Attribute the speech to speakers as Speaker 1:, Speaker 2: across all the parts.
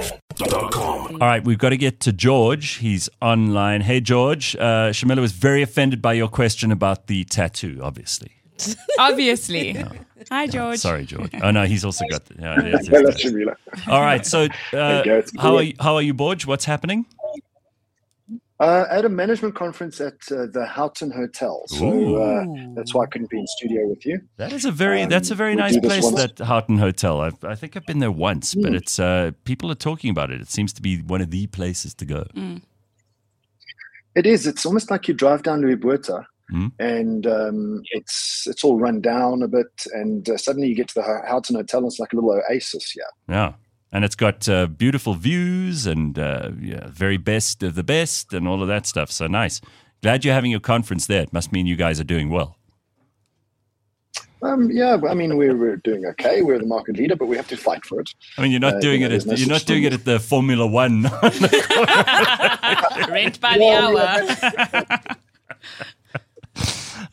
Speaker 1: CliffCentral.com.
Speaker 2: All right, we've got to get to George. He's online. Hey, George. Uh, Shamila was very offended by your question about the tattoo, obviously. Uh,
Speaker 3: Obviously. Hi, George.
Speaker 2: Sorry, George. Oh, no, he's also got. The, no, that's his
Speaker 4: Hello,
Speaker 2: tattoo.
Speaker 4: Shamila.
Speaker 2: All right, so uh,
Speaker 4: go, it's
Speaker 2: how,
Speaker 4: good.
Speaker 2: are you, how are you, Borge? What's happening?
Speaker 4: Uh, at a management conference at uh, the Houghton Hotel. So uh, that's why I couldn't be in studio with you.
Speaker 2: That is a very
Speaker 4: Um,
Speaker 2: that's a very
Speaker 4: we
Speaker 2: nice
Speaker 4: do this
Speaker 2: place
Speaker 4: once- Mm.
Speaker 2: that Houghton Hotel. I've, I think I've been there once, but it's uh, people are talking about it. It seems to be one of the places to go.
Speaker 4: It is. It's almost like you drive down Louis Buerta
Speaker 2: Mm.
Speaker 4: and um, it's it's all run down a bit. And uh, suddenly you get to the Hou- Houghton Hotel and it's like a little oasis here.
Speaker 2: Yeah, and it's got uh, beautiful views and uh, yeah, very best of the best and all of that stuff. So nice. Glad you're having your conference there. It must mean you guys are doing well.
Speaker 4: Um, yeah, I mean, we're, we're doing okay. We're the market leader, but we have to fight for it.
Speaker 2: I mean, you're not
Speaker 4: Uh,
Speaker 2: doing
Speaker 4: yeah,
Speaker 2: it.
Speaker 4: there's
Speaker 2: At,
Speaker 4: no
Speaker 2: you're
Speaker 4: such
Speaker 2: not doing it
Speaker 4: thing.
Speaker 2: at the Formula One.
Speaker 3: Rent by the hour.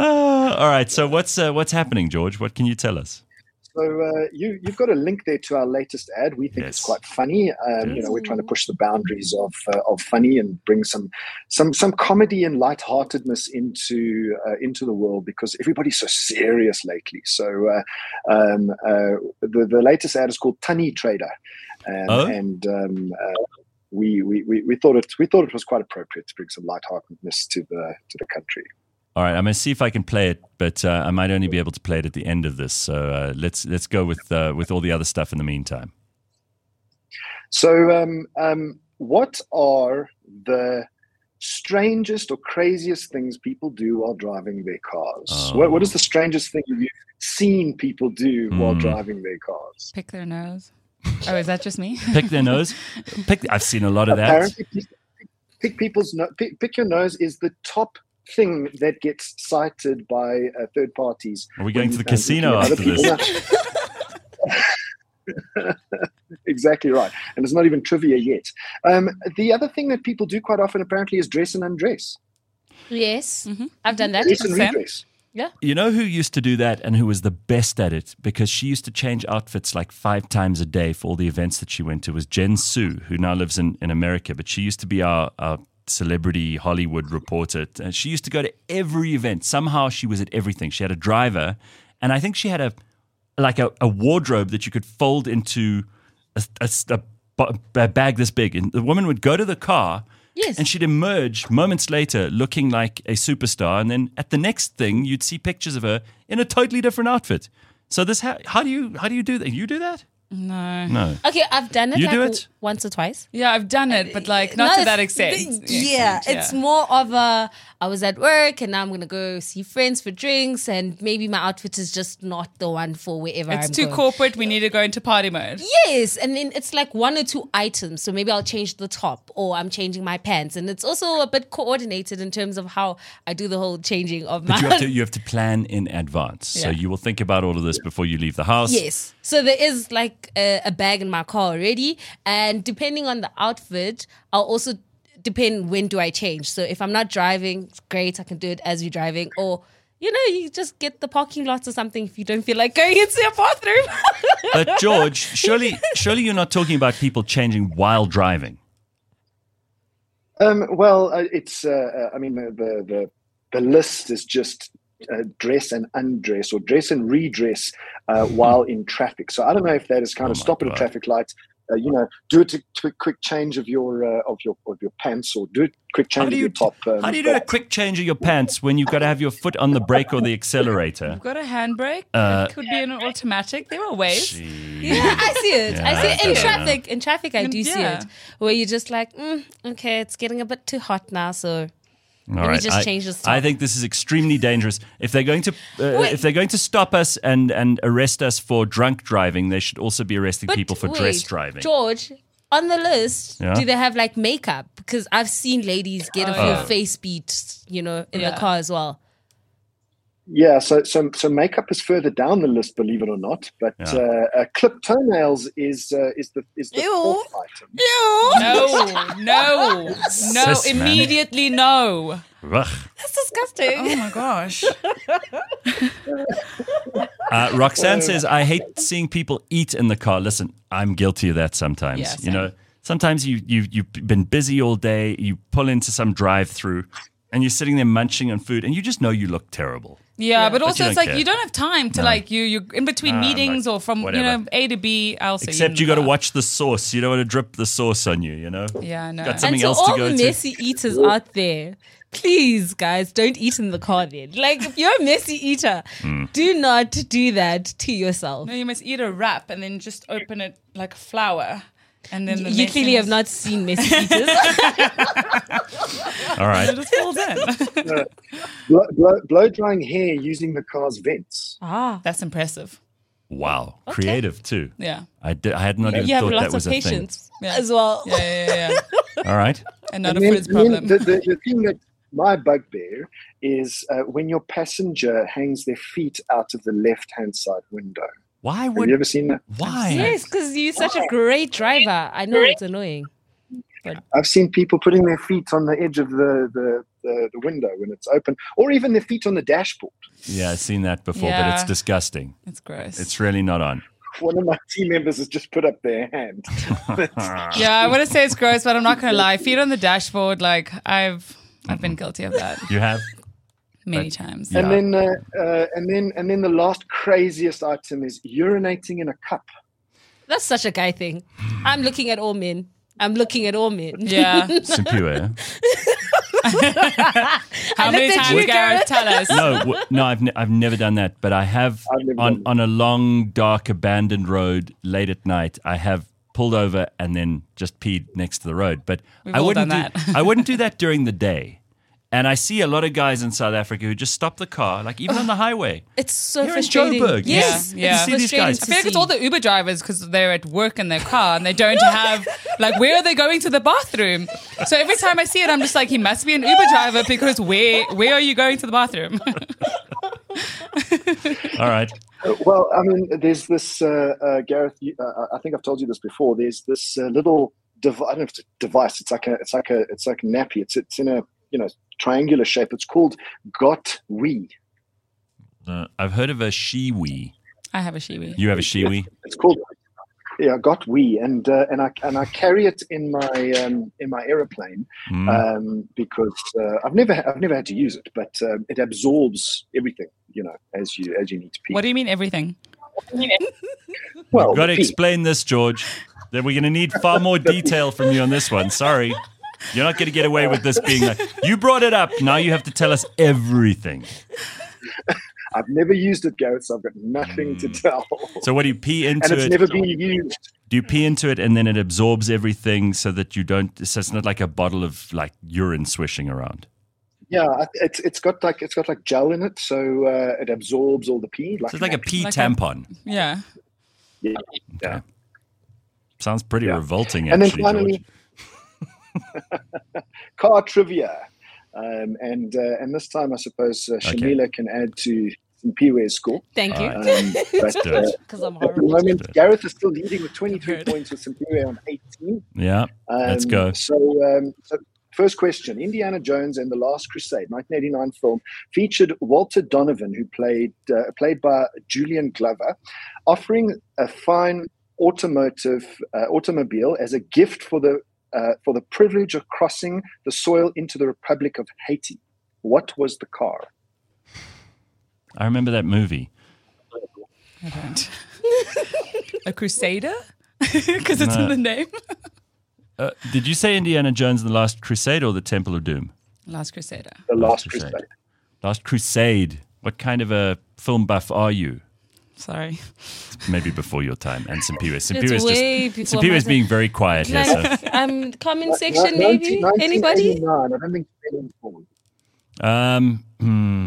Speaker 2: Ah, all right. So what's uh, what's happening, George? What can you tell us?
Speaker 4: So uh, you you've got a link there to our latest ad. We think
Speaker 2: Yes.
Speaker 4: it's quite funny. Um, You
Speaker 2: Yes.
Speaker 4: know, we're trying to push the boundaries of uh, of funny and bring some some some comedy and lightheartedness into uh, into the world because everybody's so serious lately. So uh, um, uh, the the latest ad is called Tunny Trader, um,
Speaker 2: Oh.
Speaker 4: and. Um, uh, we, we, we, we thought it we thought it was quite appropriate to bring some lightheartedness to the to the country.
Speaker 2: All right, I'm going to see if I can play it, but uh, I might only be able to play it at the end of this. So uh, let's let's go with uh, with all the other stuff in the meantime.
Speaker 4: So, um, um, what are the strangest or craziest things people do while driving their cars? What, what is the strangest thing you've seen people do while
Speaker 2: Mm.
Speaker 4: driving their cars?
Speaker 3: Pick their nose. Oh, is that just me?
Speaker 2: Pick their nose. Pick. I've seen a lot of that.
Speaker 4: Apparently, pick, pick people's no, pick, pick your nose is the top thing that gets cited by uh, third parties.
Speaker 2: Are we
Speaker 4: when
Speaker 2: going to
Speaker 4: you
Speaker 2: the
Speaker 4: found
Speaker 2: casino
Speaker 4: looking at other
Speaker 2: after this?
Speaker 4: people. exactly right, and it's not even trivia yet. Um, the other thing that people do quite often, apparently, is dress and undress.
Speaker 5: Yes,
Speaker 3: Mm-hmm.
Speaker 5: I've done that.
Speaker 4: Dress and
Speaker 3: Sam?
Speaker 4: redress.
Speaker 2: You know who used to do that and who was the best at it because she used to change outfits like five times a day for all the events that she went to was Jen Su, who now lives in, in America, but she used to be our, our celebrity Hollywood reporter. And she used to go to every event. Somehow she was at everything. She had a driver, and I think she had a like a, a wardrobe that you could fold into a, a, a ba- a bag this big. And the woman would go to the car.
Speaker 5: Yes.
Speaker 2: And she'd emerge moments later looking like a superstar. And then at the next thing, you'd see pictures of her in a totally different outfit. So this, ha- how do you, how do you do that? You do that?
Speaker 3: No.
Speaker 2: No.
Speaker 5: Okay, I've done it.
Speaker 2: You
Speaker 5: like
Speaker 2: do
Speaker 5: w-
Speaker 2: it?
Speaker 5: once or twice.
Speaker 3: Yeah, I've done it, but like not to
Speaker 5: it's-
Speaker 3: that extent.
Speaker 5: yeah,
Speaker 3: Extent,
Speaker 5: it's
Speaker 3: yeah.
Speaker 5: more of a I was at work and now I'm gonna go see friends for drinks and maybe my outfit is just not the one for wherever
Speaker 3: It's
Speaker 5: I'm
Speaker 3: too
Speaker 5: going.
Speaker 3: corporate. We need to go into party mode.
Speaker 5: Yes, and then it's like one or two items. So maybe I'll change the top or I'm changing my pants, and it's also a bit coordinated in terms of how I do the whole changing of my.
Speaker 2: But you have to, you have to plan in advance. So
Speaker 3: Yeah.
Speaker 2: you will think about all of this before you leave the house.
Speaker 5: Yes. So there is like a, a bag in my car already, and depending on the outfit, I'll also depend when do I change. So if I'm not driving, great, I can do it as you're driving, or you know, you just get the parking lot or something if you don't feel like going into your bathroom.
Speaker 2: But George, surely, surely you're not talking about people changing while driving.
Speaker 4: Um, well, uh, it's. Uh, uh, I mean, the the the, the list is just. Uh, dress and undress, or dress and redress, uh, while in traffic. So I don't know if that is kind of
Speaker 2: Oh my
Speaker 4: stop at a
Speaker 2: God.
Speaker 4: traffic light, uh, you know, do a t- t- quick change of your uh, of your of your pants, or do a quick
Speaker 2: How
Speaker 4: change
Speaker 2: do
Speaker 4: of
Speaker 2: you,
Speaker 4: your top. Um,
Speaker 2: how do you do a
Speaker 4: but-
Speaker 2: quick change of your pants when you've got to have your foot on the brake or the accelerator?
Speaker 3: I've got a handbrake.
Speaker 2: Uh,
Speaker 3: it could be an automatic. There are ways.
Speaker 5: yeah, I see it. I see it in
Speaker 2: Yeah.
Speaker 5: traffic. In traffic, I
Speaker 3: And
Speaker 5: do see
Speaker 3: yeah.
Speaker 5: it. Where you're just like, mm, okay, it's getting a bit too hot now, so
Speaker 2: All
Speaker 5: me
Speaker 2: right,
Speaker 5: just
Speaker 2: I,
Speaker 5: change this
Speaker 2: I
Speaker 5: topic.
Speaker 2: think this is extremely dangerous. If they're going to, uh,
Speaker 5: Wait.
Speaker 2: if they're going to stop us and and arrest us for drunk driving, they should also be arresting
Speaker 5: But
Speaker 2: people for
Speaker 5: wait,
Speaker 2: dress driving.
Speaker 5: George, on the list,
Speaker 2: Yeah?
Speaker 5: do they have like makeup? Because I've seen ladies get a
Speaker 3: Oh,
Speaker 5: full
Speaker 3: yeah.
Speaker 5: face beat, you know, in
Speaker 3: Yeah.
Speaker 5: the car as well.
Speaker 4: Yeah, so so so makeup is further down the list, believe it or not. But
Speaker 2: Yeah.
Speaker 4: uh, uh, clipped toenails is uh, is the is the
Speaker 1: Ew.
Speaker 4: fourth item.
Speaker 3: No, no, no,
Speaker 2: Sis, man.
Speaker 3: Oh, immediately no.
Speaker 2: Ugh.
Speaker 1: That's disgusting.
Speaker 3: Oh my gosh.
Speaker 2: Uh, Roxanne says, I hate seeing people eat in the car. Listen, I'm guilty of that sometimes.
Speaker 3: Yeah,
Speaker 2: you know, sometimes you, you, you've been busy all day, you pull into some drive through and you're sitting there munching on food and you just know you look terrible.
Speaker 3: Yeah, but also
Speaker 2: don't
Speaker 3: it's like
Speaker 2: care.
Speaker 3: you don't have time to like you you in between
Speaker 2: Nah,
Speaker 3: meetings
Speaker 2: like,
Speaker 3: or from you
Speaker 2: whatever.
Speaker 3: know A to B. I'll see
Speaker 2: Except
Speaker 3: in
Speaker 2: you got to
Speaker 3: the-
Speaker 2: watch the sauce. You don't want to drip the sauce on you, you know?
Speaker 3: Yeah, no.
Speaker 2: Got
Speaker 3: And
Speaker 2: something
Speaker 5: and to
Speaker 2: else
Speaker 5: all
Speaker 2: to go
Speaker 5: the
Speaker 2: to.
Speaker 5: messy eaters out there, please, guys, don't eat in the car then. Like, if you're a messy eater,
Speaker 2: Hmm.
Speaker 5: do not do that to yourself.
Speaker 3: No, you must eat a wrap and then just open it like a flower, and then the
Speaker 5: You
Speaker 3: next
Speaker 5: clearly
Speaker 3: thing
Speaker 5: have
Speaker 3: is-
Speaker 5: not seen messy eaters.
Speaker 2: All right.
Speaker 3: It just falls in.
Speaker 4: Blow, blow, blow drying hair using the car's vents.
Speaker 5: ah,
Speaker 3: That's impressive.
Speaker 2: Wow. Creative, too.
Speaker 3: Yeah.
Speaker 2: I, did, I had not even
Speaker 5: you have
Speaker 2: thought that
Speaker 5: lots
Speaker 2: was
Speaker 5: of
Speaker 2: a
Speaker 5: patience
Speaker 3: Yeah.
Speaker 5: as well.
Speaker 3: Yeah, yeah, yeah, yeah.
Speaker 2: thing. All right.
Speaker 3: And not
Speaker 4: And
Speaker 3: a
Speaker 4: then-
Speaker 3: frizz
Speaker 4: and then
Speaker 3: problem.
Speaker 4: The, the, the thing that my bugbear is uh, when your passenger hangs their feet out of the left hand side window.
Speaker 2: Why
Speaker 4: Have you
Speaker 2: would.
Speaker 4: ever seen that?
Speaker 2: Why?
Speaker 5: Yes, because you're such a great driver. I know it's annoying.
Speaker 4: I've seen people putting their feet on the edge of the, the, the, the window when it's open, or even their feet on the dashboard.
Speaker 2: Yeah, I've seen that before, but it's
Speaker 3: Yeah.
Speaker 2: disgusting.
Speaker 3: it's gross.
Speaker 2: It's really not on.
Speaker 4: One of my team members has just put up their hand.
Speaker 3: yeah, I want to say it's gross, but I'm not gonna lie. Feet on the dashboard, like I've I've been guilty of that
Speaker 2: You have?
Speaker 3: many times.
Speaker 2: Mm-hmm. Yeah.
Speaker 4: And then, uh, uh, and then, and then the last craziest item is urinating in a cup.
Speaker 5: That's such a guy thing. I'm looking at all men. I'm looking at all men.
Speaker 3: Yeah.
Speaker 2: Simpua.
Speaker 3: How many
Speaker 5: looked at
Speaker 3: times,
Speaker 5: you,
Speaker 3: Gareth? Tell us.
Speaker 2: no, w- no, I've ne- I've never done that, but I have
Speaker 4: I've never
Speaker 2: on
Speaker 4: done that.
Speaker 2: on a long, dark, abandoned road late at night. I have pulled over and then just peed next to the road. But
Speaker 3: We've
Speaker 2: I
Speaker 3: all
Speaker 2: wouldn't
Speaker 3: done
Speaker 2: do
Speaker 3: that.
Speaker 2: I wouldn't do that during the day. And I see a lot of guys in South Africa who just stop the car, like even on the highway.
Speaker 5: It's so
Speaker 2: Here in
Speaker 5: frustrating.
Speaker 2: Joburg, you
Speaker 5: Yes,
Speaker 3: see- you
Speaker 5: it's
Speaker 3: see these
Speaker 5: frustrating
Speaker 2: guys.
Speaker 5: to
Speaker 3: I feel like it's
Speaker 5: see.
Speaker 3: all the Uber drivers because they're at work in their car and they don't have like where are they going to the bathroom? So every time I see it, I'm just like, he must be an Uber driver because where where are you going to the bathroom?
Speaker 2: All right,
Speaker 4: Uh, Well, I mean, there's this, uh, uh, Gareth. You, uh, I- I think I've told you this before. There's this uh, little device. I don't know if it's a device. It's like a, it's like a, it's like a nappy. It's, it's in a, you know, triangular shape. It's called Got We.
Speaker 2: Uh, I've heard of a shiwi.
Speaker 3: I have a shiwi.
Speaker 2: You have a shiwi?
Speaker 4: It's called, yeah, Got We, and uh, and I and I carry it in my um, in my aeroplane
Speaker 2: Mm.
Speaker 3: Mm-hmm.
Speaker 4: um, because uh, I've never I've never had to use it, but um, it absorbs everything, you know, as you as you need to pee.
Speaker 3: What do you mean everything?
Speaker 4: well,
Speaker 2: Got to
Speaker 4: pee.
Speaker 2: explain this, George. That we're going to need far more detail from you on this one. Sorry. You're not going to get away with this being like, you brought it up. Now you have to tell us everything.
Speaker 4: I've never used it, Gareth, so I've got nothing to tell.
Speaker 2: So, what do you pee
Speaker 4: and
Speaker 2: Mm. into
Speaker 4: it's
Speaker 2: it?
Speaker 4: never been used.
Speaker 2: do you pee into it and then it absorbs everything so that you don't, so it's not like a bottle of like urine swishing around?
Speaker 4: Yeah, I- it's it's got like it's got like gel in it, so uh, it absorbs all the pee. Like
Speaker 2: So it's like a pee
Speaker 3: Like a-
Speaker 2: tampon.
Speaker 3: Yeah.
Speaker 4: yeah.
Speaker 2: Okay. Sounds pretty
Speaker 4: Yeah.
Speaker 2: revolting,
Speaker 4: And then
Speaker 2: actually, George.
Speaker 4: finally, car trivia, um, and uh, and this time I suppose uh, Shamila can add to some Peeways score.
Speaker 5: Thank you.
Speaker 2: All
Speaker 4: Um, but,
Speaker 2: do
Speaker 4: uh,
Speaker 2: it.
Speaker 5: Because I'm
Speaker 4: at the
Speaker 5: horrible.
Speaker 4: moment, Gareth is still leading with 23
Speaker 3: Good.
Speaker 4: points with Simpiwe on 18.
Speaker 2: Yeah.
Speaker 4: Um,
Speaker 2: Let's go.
Speaker 4: So, um, so, first question Indiana Jones and the Last Crusade, 1989 film, featured Walter Donovan, who played, uh, played by Julian Glover, offering a fine automotive uh, automobile as a gift for the, uh, for the privilege of crossing the soil into the Republic of Haiti. What was the car?
Speaker 2: I remember that movie.
Speaker 3: I don't. a crusader? Because it's
Speaker 2: No.
Speaker 3: in the name.
Speaker 2: Uh, did you say Indiana Jones and the Last Crusade or the Temple of Doom?
Speaker 3: Last crusader.
Speaker 4: The
Speaker 2: Last
Speaker 4: Last,
Speaker 2: Crusade.
Speaker 4: Crusade.
Speaker 2: Last Crusade. What kind of a film buff are you?
Speaker 3: Sorry.
Speaker 2: Maybe before your time. And Simpiwe.
Speaker 5: It's
Speaker 2: Simpiwe's just.
Speaker 5: way before my
Speaker 2: Simpiwe's
Speaker 5: time.
Speaker 2: being very quiet here. So.
Speaker 5: Like, um, comment
Speaker 4: Ni-
Speaker 5: section
Speaker 4: ni-
Speaker 5: maybe? Anybody?
Speaker 4: 1989, I don't think it's been informed.
Speaker 2: Um, hmm.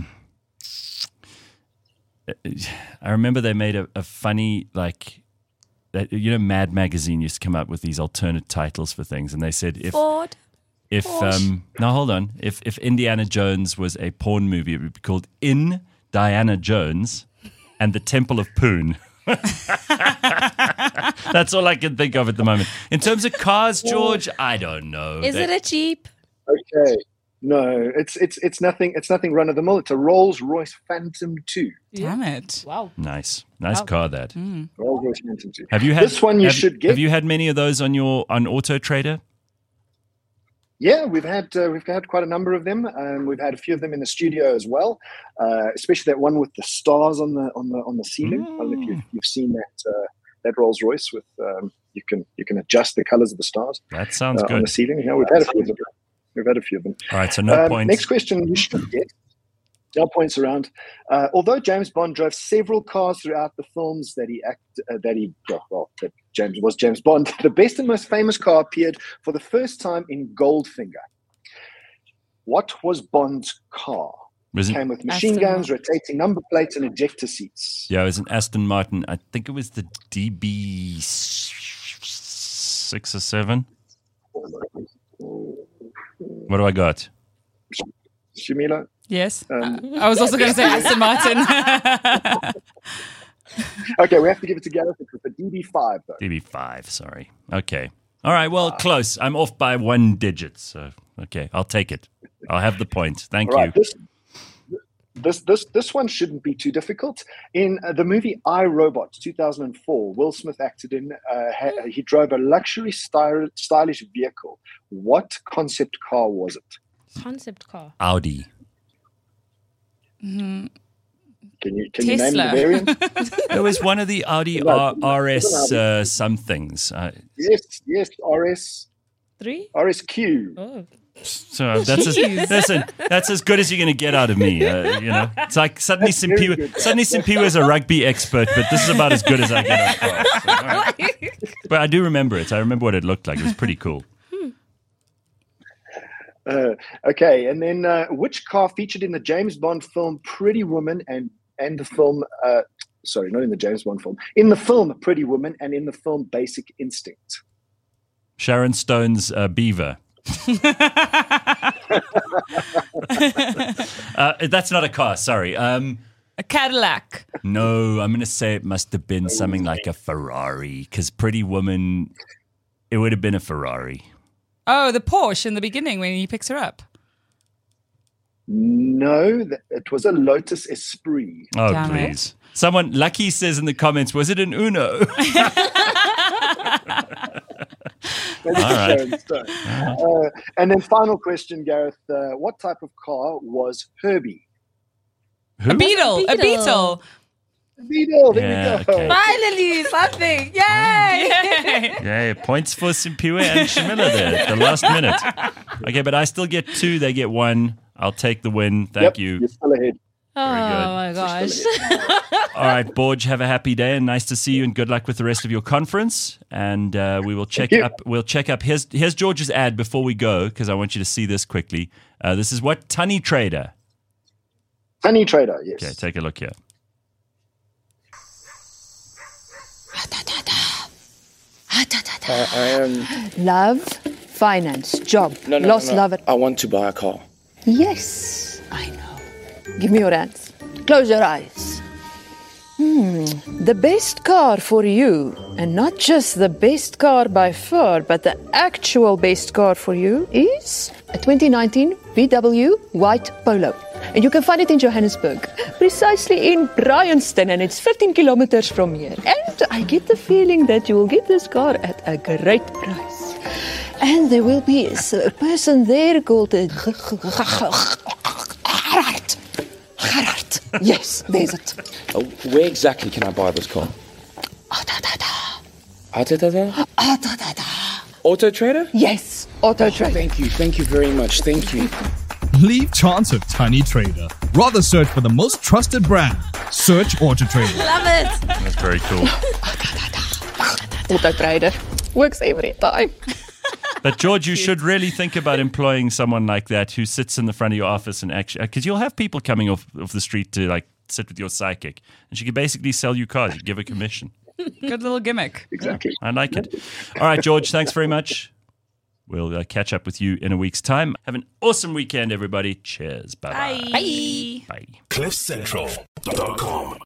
Speaker 2: I remember they made a, a funny like that. You know, Mad Magazine used to come up with these alternate titles for things, and they said if
Speaker 5: Ford.
Speaker 2: if um, now hold on, if if Indiana Jones was a porn movie, it would be called In Diana Jones, and the Temple of Poon. That's all I can think of at the moment. In terms of cars, George, I don't know.
Speaker 5: Is
Speaker 2: They-
Speaker 5: it a Jeep?
Speaker 4: Okay. No, it's it's it's nothing. It's nothing run of the mill. It's a Rolls Royce Phantom Two.
Speaker 3: Damn it.
Speaker 5: Wow.
Speaker 2: nice, nice
Speaker 5: Oh.
Speaker 2: car that.
Speaker 5: Hmm.
Speaker 4: Rolls Royce Phantom Two.
Speaker 2: Have you had
Speaker 4: this one? You
Speaker 2: have-
Speaker 4: should get.
Speaker 2: Have you had many of those on your on Auto Trader?
Speaker 4: Yeah, we've had uh, we've had quite a number of them. Um, we've had a few of them in the studio as well, uh, especially that one with the stars on the on the on the ceiling. I don't know if
Speaker 2: Mm.
Speaker 4: you've, you've seen that uh, that Rolls Royce with um, you can you can adjust the colors of the stars
Speaker 2: That
Speaker 4: uh,
Speaker 2: sounds
Speaker 4: on the
Speaker 2: good.
Speaker 4: ceiling. Yeah, we've had a few of them. We've had a few of them.
Speaker 2: All right, so no
Speaker 4: Um,
Speaker 2: points.
Speaker 4: Next question you should get. No points around. Uh, although James Bond drove several cars throughout the films that he act uh, that he well that James was James Bond, the best and most famous car appeared for the first time in Goldfinger. What was Bond's car?
Speaker 2: Was it-
Speaker 4: Came with machine
Speaker 5: Aston
Speaker 4: guns, rotating number plates, and ejector seats.
Speaker 2: Yeah, it was an Aston Martin. I think it was the DB six or seven. What do I got?
Speaker 4: Shamila,
Speaker 3: Yes.
Speaker 4: Um,
Speaker 3: I was also going to say Aston Martin.
Speaker 4: okay, we have to give it to Gareth because the DB5 though.
Speaker 2: DB five. Sorry. Okay. All right.
Speaker 4: Ah.
Speaker 2: Well, close. I'm off by one digit. So okay, I'll take it. I'll have the point. Thank
Speaker 4: All right,
Speaker 2: you.
Speaker 4: this this this this one shouldn't be too difficult. In uh, the movie I Robot 2004, Will Smith acted in. Uh, ha- he drove a luxury styl- stylish vehicle. What concept car was it?
Speaker 5: Concept car.
Speaker 2: Audi.
Speaker 4: Can you can you name
Speaker 3: Tesla.
Speaker 4: the variant?
Speaker 2: It was one of the Audi
Speaker 4: No,
Speaker 2: R- RS
Speaker 4: it's an
Speaker 2: uh, somethings. Uh,
Speaker 4: yes, yes, RS
Speaker 5: Three?
Speaker 4: RSQ.
Speaker 5: Oh.
Speaker 2: so uh, that's as, listen, that's as good as you're going to get out of me. Uh, you know, it's like suddenly
Speaker 4: That's very
Speaker 2: Simpiwa,
Speaker 4: good.
Speaker 2: suddenly Simpiwa is a rugby expert, but this is about as good as I get. Out of her. So, all right. But I do remember it. I remember what it looked like. It was pretty cool.
Speaker 4: Uh, okay, and then uh, which car featured in the James Bond film Pretty Woman and and the film? Uh, sorry, not in the James Bond film. In the film Pretty Woman and in the film Basic Instinct.
Speaker 2: Sharon Stone's uh, Beaver. uh, that's not a car. Sorry. Um,
Speaker 3: a Cadillac.
Speaker 2: No, I'm going to say it must have been something like a Ferrari because Pretty Woman, it would have been a Ferrari.
Speaker 3: Oh, the Porsche in the beginning when he picks her up.
Speaker 4: No, th- it was a Lotus Esprit.
Speaker 2: Oh,
Speaker 3: Damn it.
Speaker 2: please. Someone, Lucky says in the comments, was it an Uno?
Speaker 4: That's
Speaker 2: right.
Speaker 4: Sharon Stone. Uh, and then final question, Gareth. Uh, what type of car was Herbie?
Speaker 2: Who?
Speaker 3: A beetle. A
Speaker 5: Beetle.
Speaker 3: beetle.
Speaker 4: Beetle, there
Speaker 2: Yeah,
Speaker 4: we go.
Speaker 2: okay.
Speaker 5: Finally, something. Yay!
Speaker 3: Yay.
Speaker 2: Yeah, points for Simpiwe and Shamila there at the last minute. Okay, but I still get two, they get one. I'll take the win. Thank
Speaker 4: Yep,
Speaker 2: you.
Speaker 4: You're still ahead.
Speaker 5: Oh
Speaker 2: good.
Speaker 5: my gosh.
Speaker 2: All right, Borge, have a happy day and nice to see you and good luck with the rest of your conference. And uh, we will check
Speaker 4: Thank you.
Speaker 2: up. We'll check up. Here's, here's George's ad before we go because I want you to see this quickly. Uh, this is what Tunny Trader.
Speaker 4: Honey Trader, yes.
Speaker 2: Okay, take a look here.
Speaker 1: Love, finance, job, lost love.
Speaker 6: I want to buy a car.
Speaker 1: Yes, I know. Give me your hands. Close your eyes. Hmm, the best car for you, and not just the best car by far, but the actual best car for you is a 2019 VW White Polo. And you can find it in Johannesburg, precisely in Bryanston, and it's 15 kilometers from here. And I get the feeling that you will get this car at a great price. And there will be s- a person there called uh, Gerard. Gerard. Yes, there's it.
Speaker 6: Uh, Where exactly can I buy this car?
Speaker 1: Ah, da, da, da.
Speaker 6: Autotrader?
Speaker 1: Ah, da, da, da.
Speaker 6: Auto Trader?
Speaker 1: Yes, auto trade.
Speaker 6: Thank you, thank you very much, thank you.
Speaker 7: Leave chance of Tiny Trader. Rather search for the most trusted brand. Search Auto Trader.
Speaker 5: Love it.
Speaker 2: That's very cool.
Speaker 1: Auto trader. Works every time.
Speaker 2: But George, you should really think about employing someone like that who sits in the front of your office and actually, because you'll have people coming off, off the street to like sit with your psychic, and she could basically sell you cars. You give a commission.
Speaker 3: Good little gimmick.
Speaker 4: Exactly.
Speaker 2: I like it. All right, George, thanks very much. We'll uh, catch up with you in a week's time. Have an awesome weekend, everybody. Cheers. Bye-bye.
Speaker 5: Bye.
Speaker 2: Bye.
Speaker 8: CliffCentral.com.